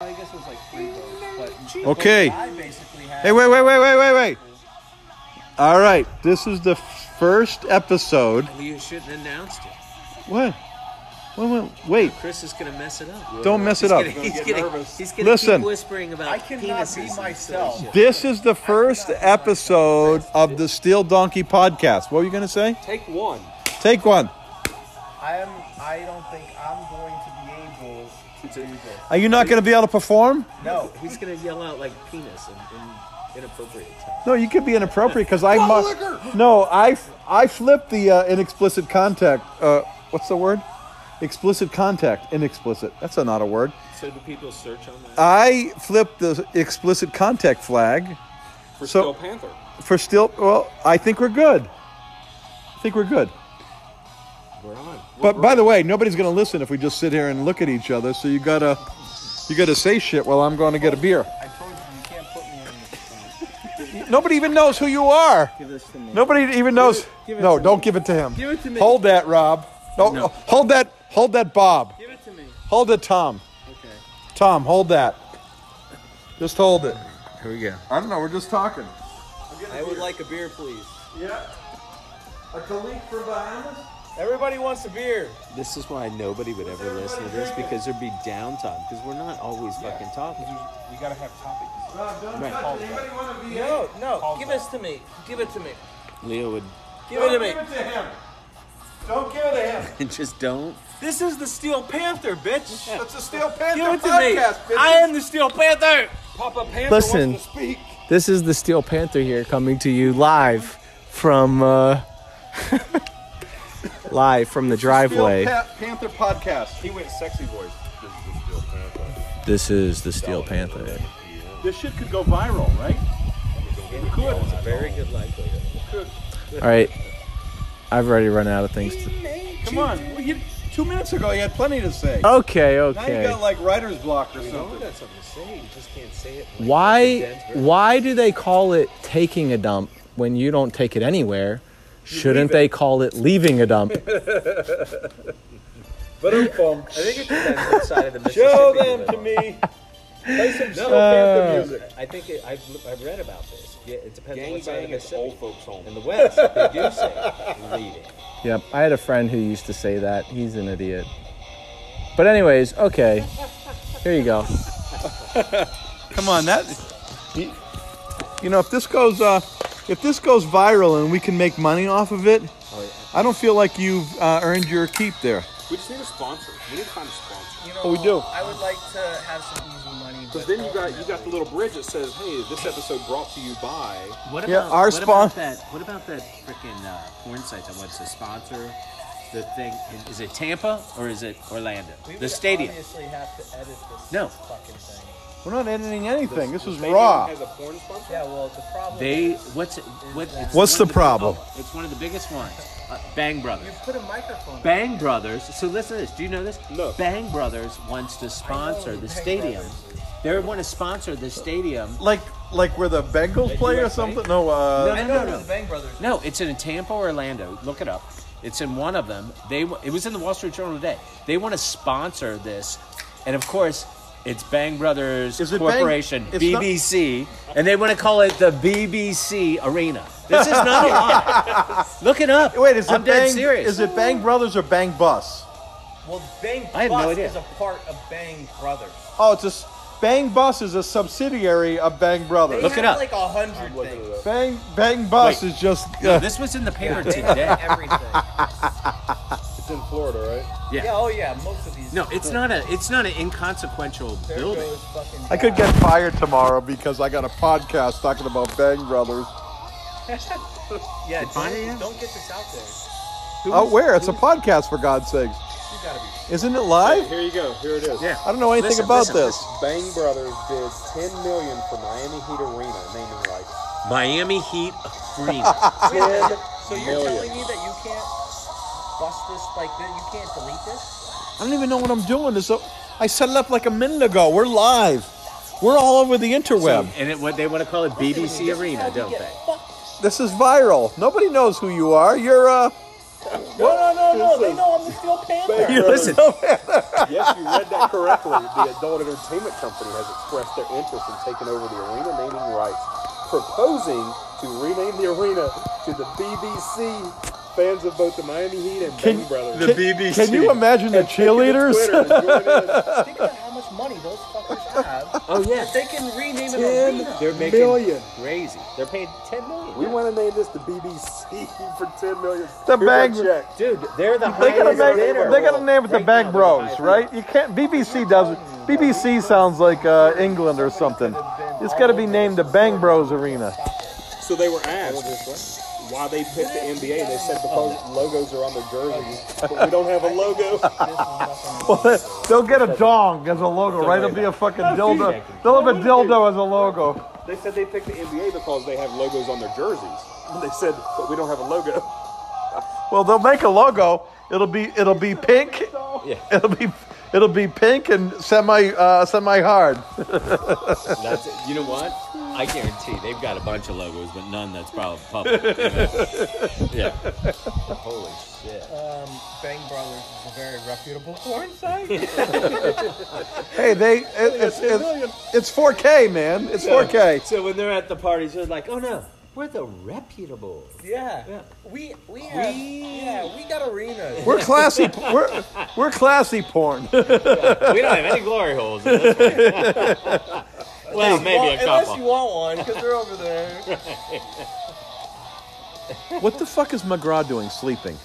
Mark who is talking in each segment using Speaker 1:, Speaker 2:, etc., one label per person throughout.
Speaker 1: I guess it was like three votes, but
Speaker 2: Okay.
Speaker 1: I basically had.
Speaker 2: Hey, wait, wait, wait, wait, wait, wait. All right, this is the first episode.
Speaker 3: You shouldn't have announced it.
Speaker 2: What? Wait, wait, wait.
Speaker 3: Chris is gonna mess it up.
Speaker 2: don't mess it up.
Speaker 3: He's gonna, he's
Speaker 1: get
Speaker 3: gonna,
Speaker 1: nervous.
Speaker 3: he's gonna
Speaker 2: Listen.
Speaker 3: keep whispering about
Speaker 1: I cannot
Speaker 3: penises
Speaker 1: be
Speaker 3: and
Speaker 1: myself.
Speaker 3: silly shit.
Speaker 2: This is the first episode of the Steel Donkey podcast. What were you going to say?
Speaker 3: Take one.
Speaker 2: Take one.
Speaker 1: I'm. I don't think I'm going to be able to do this.
Speaker 2: Are you not going to be able to perform?
Speaker 1: No.
Speaker 3: He's gonna yell out like penis in, in inappropriate time.
Speaker 2: No, you could be inappropriate because I. Mu- no, I I flipped the uh, inexplicit contact. Uh, what's the word? Explicit contact. Inexplicit. That's a, not a word.
Speaker 3: So do people search on that?
Speaker 2: I flipped the explicit contact flag
Speaker 4: for
Speaker 2: So-
Speaker 4: Steel Panther.
Speaker 2: for still. Well, I think we're good. I think we're good.
Speaker 3: We're on.
Speaker 2: But by the way, nobody's going to listen if we just sit here and look at each other. So you gotta, you gotta say shit while I'm going to get a beer.
Speaker 1: I told you you can't put me in this.
Speaker 2: Nobody even knows who you are.
Speaker 1: Give this to me.
Speaker 2: Nobody even knows. no, don't give it to him.
Speaker 1: Give it to me.
Speaker 2: Hold that, Rob. No, hold that. Hold that, Bob.
Speaker 1: Give it to me.
Speaker 2: Hold it, Tom.
Speaker 1: Okay.
Speaker 2: Tom, hold that. Just hold it. Here we go. I don't know. We're just talking.
Speaker 3: I would like a beer, please.
Speaker 2: Yeah. A colleague for Bahamas.
Speaker 1: Everybody wants a beer.
Speaker 3: This is why nobody would ever listen to this because there'd be downtime because we're not always fucking talking.
Speaker 1: We gotta have topics.
Speaker 2: Rob, don't
Speaker 3: Right.
Speaker 2: touch it. Anybody want to be?
Speaker 5: No, no. Give this to me. Give it to me.
Speaker 3: Leo would
Speaker 5: Give it to me.
Speaker 2: it to him. Don't give it to him.
Speaker 3: just don't.
Speaker 5: This is the Steel Panther, bitch.
Speaker 2: It's a Steel Panther
Speaker 5: Give it to me. I am the Steel Panther.
Speaker 4: Papa Panther
Speaker 6: Listen.
Speaker 4: wants to speak.
Speaker 6: This is the Steel Panther here coming to you live from uh, live from the driveway.
Speaker 2: Panther podcast.
Speaker 4: He went sexy voice. This is the Steel Panther.
Speaker 6: This is the Steel Panther.
Speaker 2: This shit could go viral, right?
Speaker 3: Very good likelihood.
Speaker 6: All right, I've already run out of things. to...
Speaker 2: Come on. Well, you, two minutes ago, you had plenty to say.
Speaker 6: Okay,
Speaker 2: Now you
Speaker 6: okay.
Speaker 2: got like writer's block or
Speaker 3: You know, we
Speaker 2: something.
Speaker 3: got something to say. You just can't say it. like
Speaker 6: Why
Speaker 3: Denver.
Speaker 6: why do they call it taking a dump when you don't take it anywhere? Shouldn't they call it leaving a dump?
Speaker 3: I think it depends what side of the Mississippi.
Speaker 2: Show
Speaker 3: you
Speaker 2: them
Speaker 3: live
Speaker 2: to
Speaker 3: on.
Speaker 2: me. Play some Steel
Speaker 3: Uh,
Speaker 2: Panther music.
Speaker 3: I think it, I've, I've read about this. Yeah, it depends on what side of
Speaker 4: Gangbang
Speaker 3: the
Speaker 4: is
Speaker 3: Mississippi.
Speaker 4: old folks home.
Speaker 3: In the West, they do say leaving.
Speaker 6: Yep, I had a friend who used to say that. He's an idiot. But anyways, okay. Here you go.
Speaker 2: Come on, that. You know, if this goes, uh, if this goes viral and we can make money off of it,
Speaker 4: Oh,
Speaker 2: I don't feel like you've uh, earned your keep there.
Speaker 4: We just need a sponsor. We need to find a sponsor.
Speaker 5: You know,
Speaker 2: Oh, we do.
Speaker 5: I would like to have some easy money.
Speaker 4: Because then you got you got the little bridge that says, "Hey, this episode brought to you by."
Speaker 3: What
Speaker 2: Yeah, our
Speaker 3: what about
Speaker 2: spon-
Speaker 3: that? What about that freaking uh, porn site that wants to sponsor the thing? Is, is it Tampa or is it Orlando?
Speaker 5: We
Speaker 3: the
Speaker 5: would
Speaker 3: stadium.
Speaker 5: Obviously, have to edit this
Speaker 3: No.
Speaker 5: fucking thing.
Speaker 2: We're not editing anything. This is
Speaker 4: They
Speaker 2: raw.
Speaker 4: Has a porn sponsor.
Speaker 5: Yeah. Well, the problem.
Speaker 3: They
Speaker 5: is
Speaker 3: what's it- what? It's
Speaker 2: What's the
Speaker 3: one of
Speaker 2: problem?
Speaker 3: oh, it's one of the biggest ones. Uh, Bang
Speaker 5: you
Speaker 3: Brothers.
Speaker 5: put a microphone.
Speaker 3: Bang Brothers. So listen to this. Do you know this?
Speaker 4: No.
Speaker 3: Bang Brothers wants to sponsor the stadium. They want to sponsor the stadium.
Speaker 2: Like, like where the Bengals play or something? No, uh,
Speaker 5: I
Speaker 3: No,
Speaker 5: know
Speaker 3: no,
Speaker 5: it was
Speaker 3: no.
Speaker 5: the Bang Brothers.
Speaker 3: No, it's in Tampa, Orlando. Look it up. It's in one of them. They it was in the Wall Street Journal today. They want to sponsor this, and of course, it's Bang Brothers
Speaker 2: Is it Bang-
Speaker 3: Corporation
Speaker 2: it's not-
Speaker 3: BBC, and they want to call it the BBC Arena. This is not a lie. Look it up.
Speaker 2: wait, is
Speaker 3: I'm
Speaker 2: it
Speaker 3: dead
Speaker 2: Bang?
Speaker 3: serious.
Speaker 2: Is it Bang Brothers or Bang Bus?
Speaker 5: Well, Bang
Speaker 3: I had no
Speaker 5: Plus
Speaker 3: idea.
Speaker 5: is a part of Bang Brothers.
Speaker 2: Oh, it's a s- Bang Bus is a subsidiary of Bang Brothers.
Speaker 5: They
Speaker 3: Look it
Speaker 5: have
Speaker 3: up.
Speaker 5: Like a hundred things.
Speaker 2: Bang Bang Bus
Speaker 3: Wait.
Speaker 2: is just
Speaker 3: No,
Speaker 2: uh,
Speaker 3: this was in the paper today.
Speaker 5: Everything.
Speaker 4: It's in Florida, right?
Speaker 5: yeah. Oh yeah. Most of these.
Speaker 3: No, it's not a. It's not an inconsequential
Speaker 5: There
Speaker 3: building.
Speaker 5: goes fucking
Speaker 2: I could
Speaker 5: God.
Speaker 2: get fired tomorrow because I got a podcast talking about Bang Brothers.
Speaker 5: Yeah.
Speaker 3: Find it, yeah.
Speaker 5: Don't, don't get this out there.
Speaker 2: Oh, where? It's a podcast for God's sakes.
Speaker 5: You gotta be
Speaker 2: Isn't it live?
Speaker 4: Here you go. Here it is.
Speaker 3: Yeah.
Speaker 2: I don't know anything
Speaker 3: Listen,
Speaker 2: about
Speaker 3: listen,
Speaker 2: this.
Speaker 4: Bang Brothers did 10 million for Miami Heat Arena, naming rights.
Speaker 3: Miami Heat Arena.
Speaker 5: Ah.
Speaker 4: 10 million.
Speaker 5: So you're telling me that you can't bust this like that? You can't delete this?
Speaker 2: I don't even know what I'm doing. This I set it up like a minute ago. We're live. We're all over the interweb.
Speaker 3: and it, what they want to call it BBC
Speaker 5: This is how
Speaker 3: Arena,
Speaker 5: we
Speaker 3: don't
Speaker 5: get
Speaker 3: they?
Speaker 5: fucked.
Speaker 2: This is viral. Nobody knows who you are. You're uh
Speaker 5: No, no, no, they know I'm the Steel Panther.
Speaker 4: Bang, brother.
Speaker 3: Listen,
Speaker 4: Yes, you read that correctly. The adult entertainment company has expressed their interest in taking over the arena naming rights, proposing to rename the arena to the BBC. Fans of both the Miami Heat and Bang Brothers.
Speaker 2: The BBC. Can you imagine the
Speaker 4: Take it to Twitter
Speaker 2: cheerleaders?
Speaker 4: and join
Speaker 5: Think about how much money those fuckers have.
Speaker 3: oh yeah,
Speaker 5: They can rename
Speaker 4: in.
Speaker 5: an arena.
Speaker 3: they're making
Speaker 4: million.
Speaker 3: crazy. They're paying ten million.
Speaker 4: We want to name this the BBC for ten million.
Speaker 2: The
Speaker 4: Here's
Speaker 2: Bang-
Speaker 4: our check.
Speaker 3: dude, they're the
Speaker 2: They gotta
Speaker 3: highest
Speaker 2: make.
Speaker 3: bidder.
Speaker 2: They gotta name it the
Speaker 3: Right now,
Speaker 2: Bag
Speaker 3: they're the
Speaker 2: Bros,
Speaker 3: highest
Speaker 2: right? You can't. BBC doesn't. BBC sounds like uh, England or something. It's gotta be named the Bang Bros Arena.
Speaker 4: So they were asked why they picked the NBA. They said because logos are on their jerseys, but we don't have a logo.
Speaker 2: Well, they'll get a dong as a logo, right? It'll be a fucking dildo. They'll have a dildo as a logo.
Speaker 4: They said they picked the NBA because they have logos on their jerseys. They said, but we don't have a logo.
Speaker 2: Well, they'll make a logo. It'll be it'll be pink.
Speaker 3: Yeah.
Speaker 2: It'll be it'll be pink and semi uh, semi hard.
Speaker 3: That's it. You know what? I guarantee they've got a bunch of logos, but none that's probably public. you know? yeah. Holy shit.
Speaker 5: Um, Bang Brothers is a very reputable porn site.
Speaker 2: Hey, they it, it's, it's it's 4K, man. It's 4K.
Speaker 3: So when they're at the parties, they're like, "Oh no, we're the reputable."
Speaker 5: yeah. We we have yeah we got arenas.
Speaker 2: We're classy. We're we're classy porn.
Speaker 3: We don't have any glory holes. In this one. well, maybe
Speaker 5: Well,
Speaker 3: a
Speaker 5: unless you
Speaker 3: couple.
Speaker 5: want one, because they're over there.
Speaker 2: What the fuck is McGraw doing sleeping?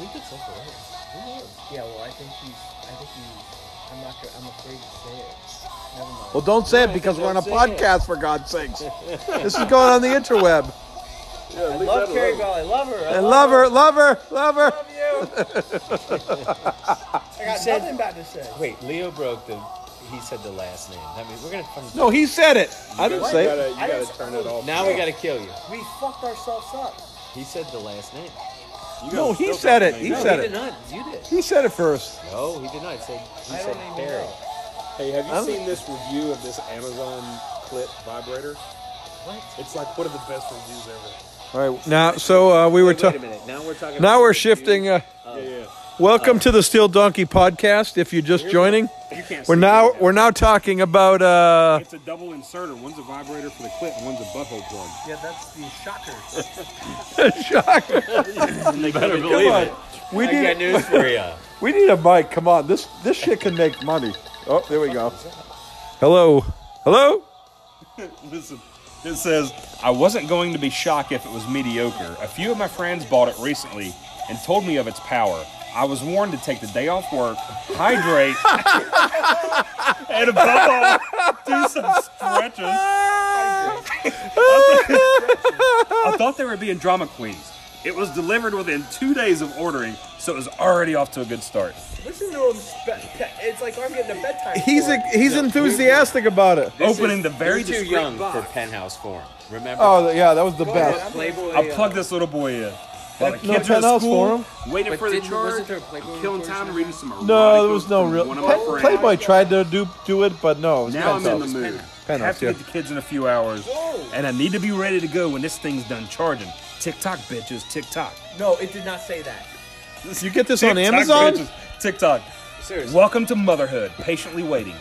Speaker 5: He could slip away. Who knows? Yeah, well, I think he's. I think he's. I'm not. gonna- I'm afraid to say it. Never mind.
Speaker 2: Well, don't say it because we're on a podcast, for God's sakes. This is going on the interweb.
Speaker 5: I love Carrie Bell. I love her. I,
Speaker 2: I love her, love her, love her.
Speaker 5: love you. I got nothing bad to say.
Speaker 3: Wait, Leo broke the. He said the last name. I mean, we're gonna. Fucking,
Speaker 2: No, he said it. I didn't
Speaker 4: You
Speaker 2: say it.
Speaker 4: gotta, you
Speaker 5: I
Speaker 4: gotta
Speaker 5: just-
Speaker 4: turn it off.
Speaker 3: Now we gotta kill you.
Speaker 5: We fucked ourselves up.
Speaker 3: He said the last name.
Speaker 4: You
Speaker 2: No,
Speaker 4: gotta
Speaker 2: he
Speaker 4: still
Speaker 2: said it.
Speaker 4: turn
Speaker 2: He
Speaker 4: off.
Speaker 3: no,
Speaker 2: said
Speaker 3: he
Speaker 2: it.
Speaker 3: did not. You did.
Speaker 2: He said it first.
Speaker 3: No, he did not. He said. He
Speaker 5: I
Speaker 3: said
Speaker 5: don't even
Speaker 3: Barry.
Speaker 5: know.
Speaker 4: Hey, have you
Speaker 2: I'm-
Speaker 4: seen this review of this Amazon clip vibrator? It's like one of the best reviews ever.
Speaker 2: All right. Now, so uh, we were
Speaker 3: Wait a
Speaker 2: talking.
Speaker 3: minute. Now we're talking.
Speaker 2: Now
Speaker 3: about
Speaker 2: we're
Speaker 3: reviews.
Speaker 2: shifting. Uh,
Speaker 4: yeah, yeah.
Speaker 2: welcome to the Steel Donkey Podcast. If you're just joining,
Speaker 4: You can't
Speaker 2: we're
Speaker 4: see
Speaker 2: now
Speaker 4: it.
Speaker 2: we're now talking about. Uh,
Speaker 4: It's a double inserter. One's a vibrator for the clip, and one's a butthole plug.
Speaker 5: Yeah, that's the shocker.
Speaker 2: shock.
Speaker 3: You better believe it.
Speaker 2: We
Speaker 3: I got
Speaker 2: need
Speaker 3: news for you.
Speaker 2: we need a mic. Come on, this this shit can make money. Oh, there we go. Hello, hello.
Speaker 7: Listen, it says, I wasn't going to be shocked if it was mediocre. A few of my friends bought it recently and told me of its power. I was warned to take the day off work, hydrate, and above all, do some stretches. I thought- I thought they were being drama queens. It was delivered within two days of ordering, so it was already off to a good start.
Speaker 5: Listen to him. Spe- it's like I'm getting a bedtime.
Speaker 2: He's
Speaker 5: story.
Speaker 2: a, he's enthusiastic about it.
Speaker 7: Opening the very
Speaker 3: You're too
Speaker 7: discreet
Speaker 3: young
Speaker 7: box.
Speaker 3: for penthouse form. Remember,
Speaker 2: Oh yeah, that was the best.
Speaker 5: I'm
Speaker 3: Playboy.
Speaker 7: I plugged this little boy in. While the
Speaker 2: no
Speaker 7: kids were at
Speaker 2: penthouse
Speaker 7: school, waiting
Speaker 5: But
Speaker 7: for the
Speaker 5: didn't- wasn't
Speaker 7: charge,
Speaker 5: there a Playboy
Speaker 7: I'm killing time,
Speaker 5: version?
Speaker 7: reading some erotica
Speaker 2: No, there was no
Speaker 7: from
Speaker 2: real.
Speaker 7: one of my
Speaker 2: Play,
Speaker 7: friends.
Speaker 2: Playboy tried to do do it, but no. It was
Speaker 7: Now I'm in the
Speaker 2: Penthouse.
Speaker 7: mood.
Speaker 2: Penthouse,
Speaker 7: Have to
Speaker 2: yeah.
Speaker 7: get the kids in a few hours,
Speaker 5: Whoa.
Speaker 7: and I need to be ready to go when this thing's done charging. Tick tock, bitches. Tick tock.
Speaker 5: No, it did not say that.
Speaker 2: You get this on
Speaker 7: Tick-tock,
Speaker 2: Amazon?
Speaker 7: bitches. Tick tock.
Speaker 3: seriously.
Speaker 7: Welcome to motherhood. Patiently waiting.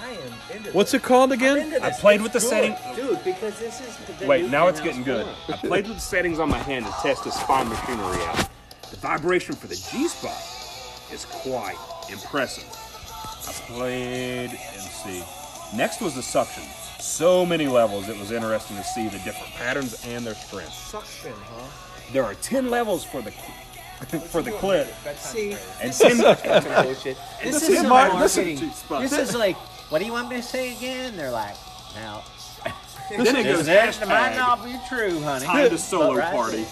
Speaker 5: I am into.
Speaker 2: What's
Speaker 5: this.
Speaker 2: it called
Speaker 5: I'm
Speaker 2: again?
Speaker 5: into
Speaker 7: I
Speaker 5: this.
Speaker 7: played
Speaker 5: It's
Speaker 7: with the
Speaker 5: good.
Speaker 7: setting.
Speaker 3: dude, because this is. The
Speaker 7: Wait,
Speaker 3: new
Speaker 7: now it's getting
Speaker 3: penthouse
Speaker 7: good.
Speaker 3: form.
Speaker 7: I played with the settings on my hand to test the spine machinery out. The vibration for the G spot is quite impressive. I played and see. Next was the suction. So many levels, it was interesting to see the different patterns and their strength.
Speaker 5: Suction, huh?
Speaker 7: There are 10 levels for the for the clip.
Speaker 5: See,
Speaker 7: And 10,
Speaker 3: Some bullshit. This,
Speaker 2: This
Speaker 3: is
Speaker 2: is
Speaker 3: some
Speaker 2: my- this is-
Speaker 3: marketing.
Speaker 7: Dude, spot.
Speaker 3: This is like, what do you want me to say again? They're like, now.
Speaker 7: then it goes
Speaker 3: That might
Speaker 7: hashtag
Speaker 3: not be true, honey.
Speaker 7: time to
Speaker 3: But
Speaker 7: solo
Speaker 3: right
Speaker 7: party.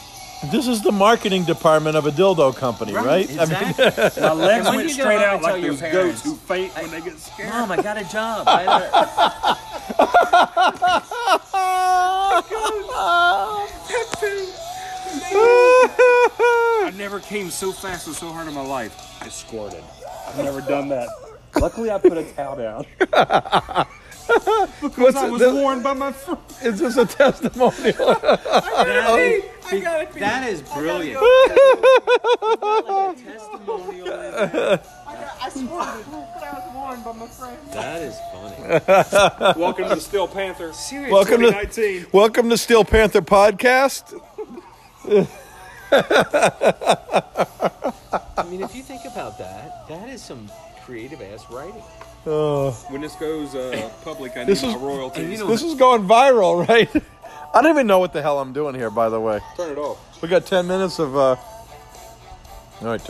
Speaker 2: This is the marketing deparment of a dildo company, right? I mean,
Speaker 3: Exactly.
Speaker 7: My legs
Speaker 3: when
Speaker 7: went
Speaker 3: you go
Speaker 7: straight
Speaker 3: home
Speaker 7: out
Speaker 3: and
Speaker 7: like
Speaker 3: tell your
Speaker 7: those goats
Speaker 3: parents,
Speaker 7: who faint when they get scared.
Speaker 3: Mom, I got a job. I had
Speaker 7: I never came so fast and so hard in my life. I squirted. I've never done that. Luckily, I put a towel down. because I
Speaker 2: What's
Speaker 7: was
Speaker 2: the-
Speaker 7: warned by my friend.
Speaker 2: it's just a testimonial.
Speaker 3: a- Now,
Speaker 8: I gotta be.
Speaker 3: That is brilliant.
Speaker 8: like a testimonial. in there.
Speaker 9: I swore that I was warned by my friend.
Speaker 3: That is funny.
Speaker 4: Welcome to the Steel Panther.
Speaker 8: Seriously.
Speaker 2: Welcome to
Speaker 4: 2019.
Speaker 2: Welcome to Steel Panther Podcast.
Speaker 3: I mean, if you think about that, that is some creative ass writing.
Speaker 4: When this goes uh, public, I need
Speaker 2: This
Speaker 4: my
Speaker 2: is-
Speaker 4: royalties.
Speaker 3: You know-
Speaker 2: This is going viral, right? I don't even know what the hell I'm doing here, by the way.
Speaker 4: Turn it off.
Speaker 2: We got 10 minutes of uh All right.